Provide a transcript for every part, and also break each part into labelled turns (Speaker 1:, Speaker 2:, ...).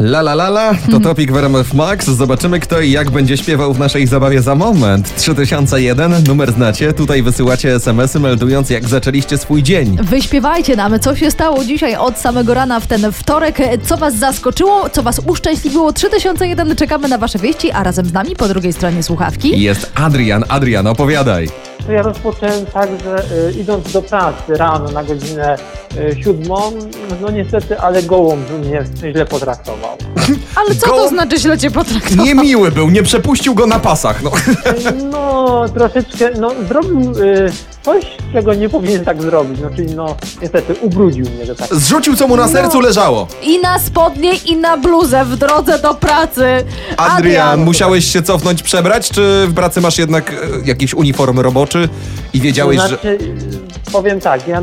Speaker 1: La la la la, to topik w RMF Max. Zobaczymy kto i jak będzie śpiewał w naszej zabawie za moment. 3001, numer znacie, tutaj wysyłacie smsy meldując jak zaczęliście swój dzień.
Speaker 2: Wyśpiewajcie nam, co się stało dzisiaj od samego rana w ten wtorek, co Was zaskoczyło, co Was uszczęśliwiło. 3001 czekamy na Wasze wieści, a razem z nami po drugiej stronie słuchawki.
Speaker 1: Jest Adrian, Adrian opowiadaj.
Speaker 3: To ja rozpocząłem tak, że y, idąc do pracy rano na godzinę y, siódmą, no niestety, ale gołąb mnie źle potraktował.
Speaker 4: Ale co
Speaker 1: Gołąb-
Speaker 4: to znaczy źle cię potraktował?
Speaker 1: Niemiły był, nie przepuścił go na pasach. No.
Speaker 3: No, troszeczkę, no zrobił y, coś, czego nie powinien tak zrobić, no czyli no niestety ubrudził mnie, że tak
Speaker 1: Zrzucił co mu na sercu leżało.
Speaker 2: I na spodnie, i na bluzę w drodze do pracy.
Speaker 1: Adrian, musiałeś się cofnąć, przebrać, czy w pracy masz jednak e, jakiś uniform roboczy i wiedziałeś,
Speaker 3: to
Speaker 1: że...
Speaker 3: znaczy, y, Powiem tak, ja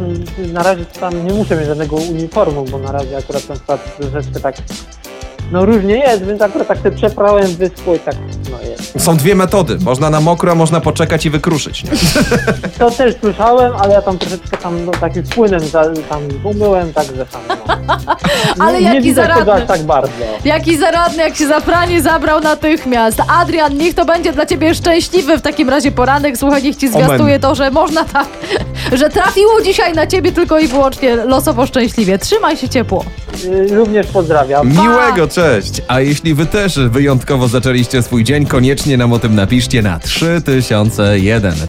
Speaker 3: na razie tam nie muszę mieć żadnego uniformu, bo na razie akurat ten pracy troszeczkę tak, no różnie jest, więc akurat tak się przeprałem, wyschło i tak, no jest.
Speaker 1: Są dwie metody. Można na mokro, a można poczekać i wykruszyć. Nie?
Speaker 3: To też słyszałem, ale ja tam troszeczkę tam no, takim płynem za, tam umyłem, także tam. No.
Speaker 2: Ale
Speaker 3: nie,
Speaker 2: jaki
Speaker 3: nie widać
Speaker 2: zaradny.
Speaker 3: tego aż tak bardzo.
Speaker 2: Jaki zaradny, jak się za pranie zabrał natychmiast. Adrian, niech to będzie dla ciebie szczęśliwy w takim razie poranek. Słuchaj, niech ci zwiastuje
Speaker 1: Omen.
Speaker 2: to, że można tak, że trafiło dzisiaj na ciebie tylko i wyłącznie losowo szczęśliwie. Trzymaj się ciepło.
Speaker 3: Y, Również pozdrawiam.
Speaker 1: Miłego, cześć! A jeśli wy też wyjątkowo zaczęliście swój dzień, koniecznie nam o tym napiszcie na 3001.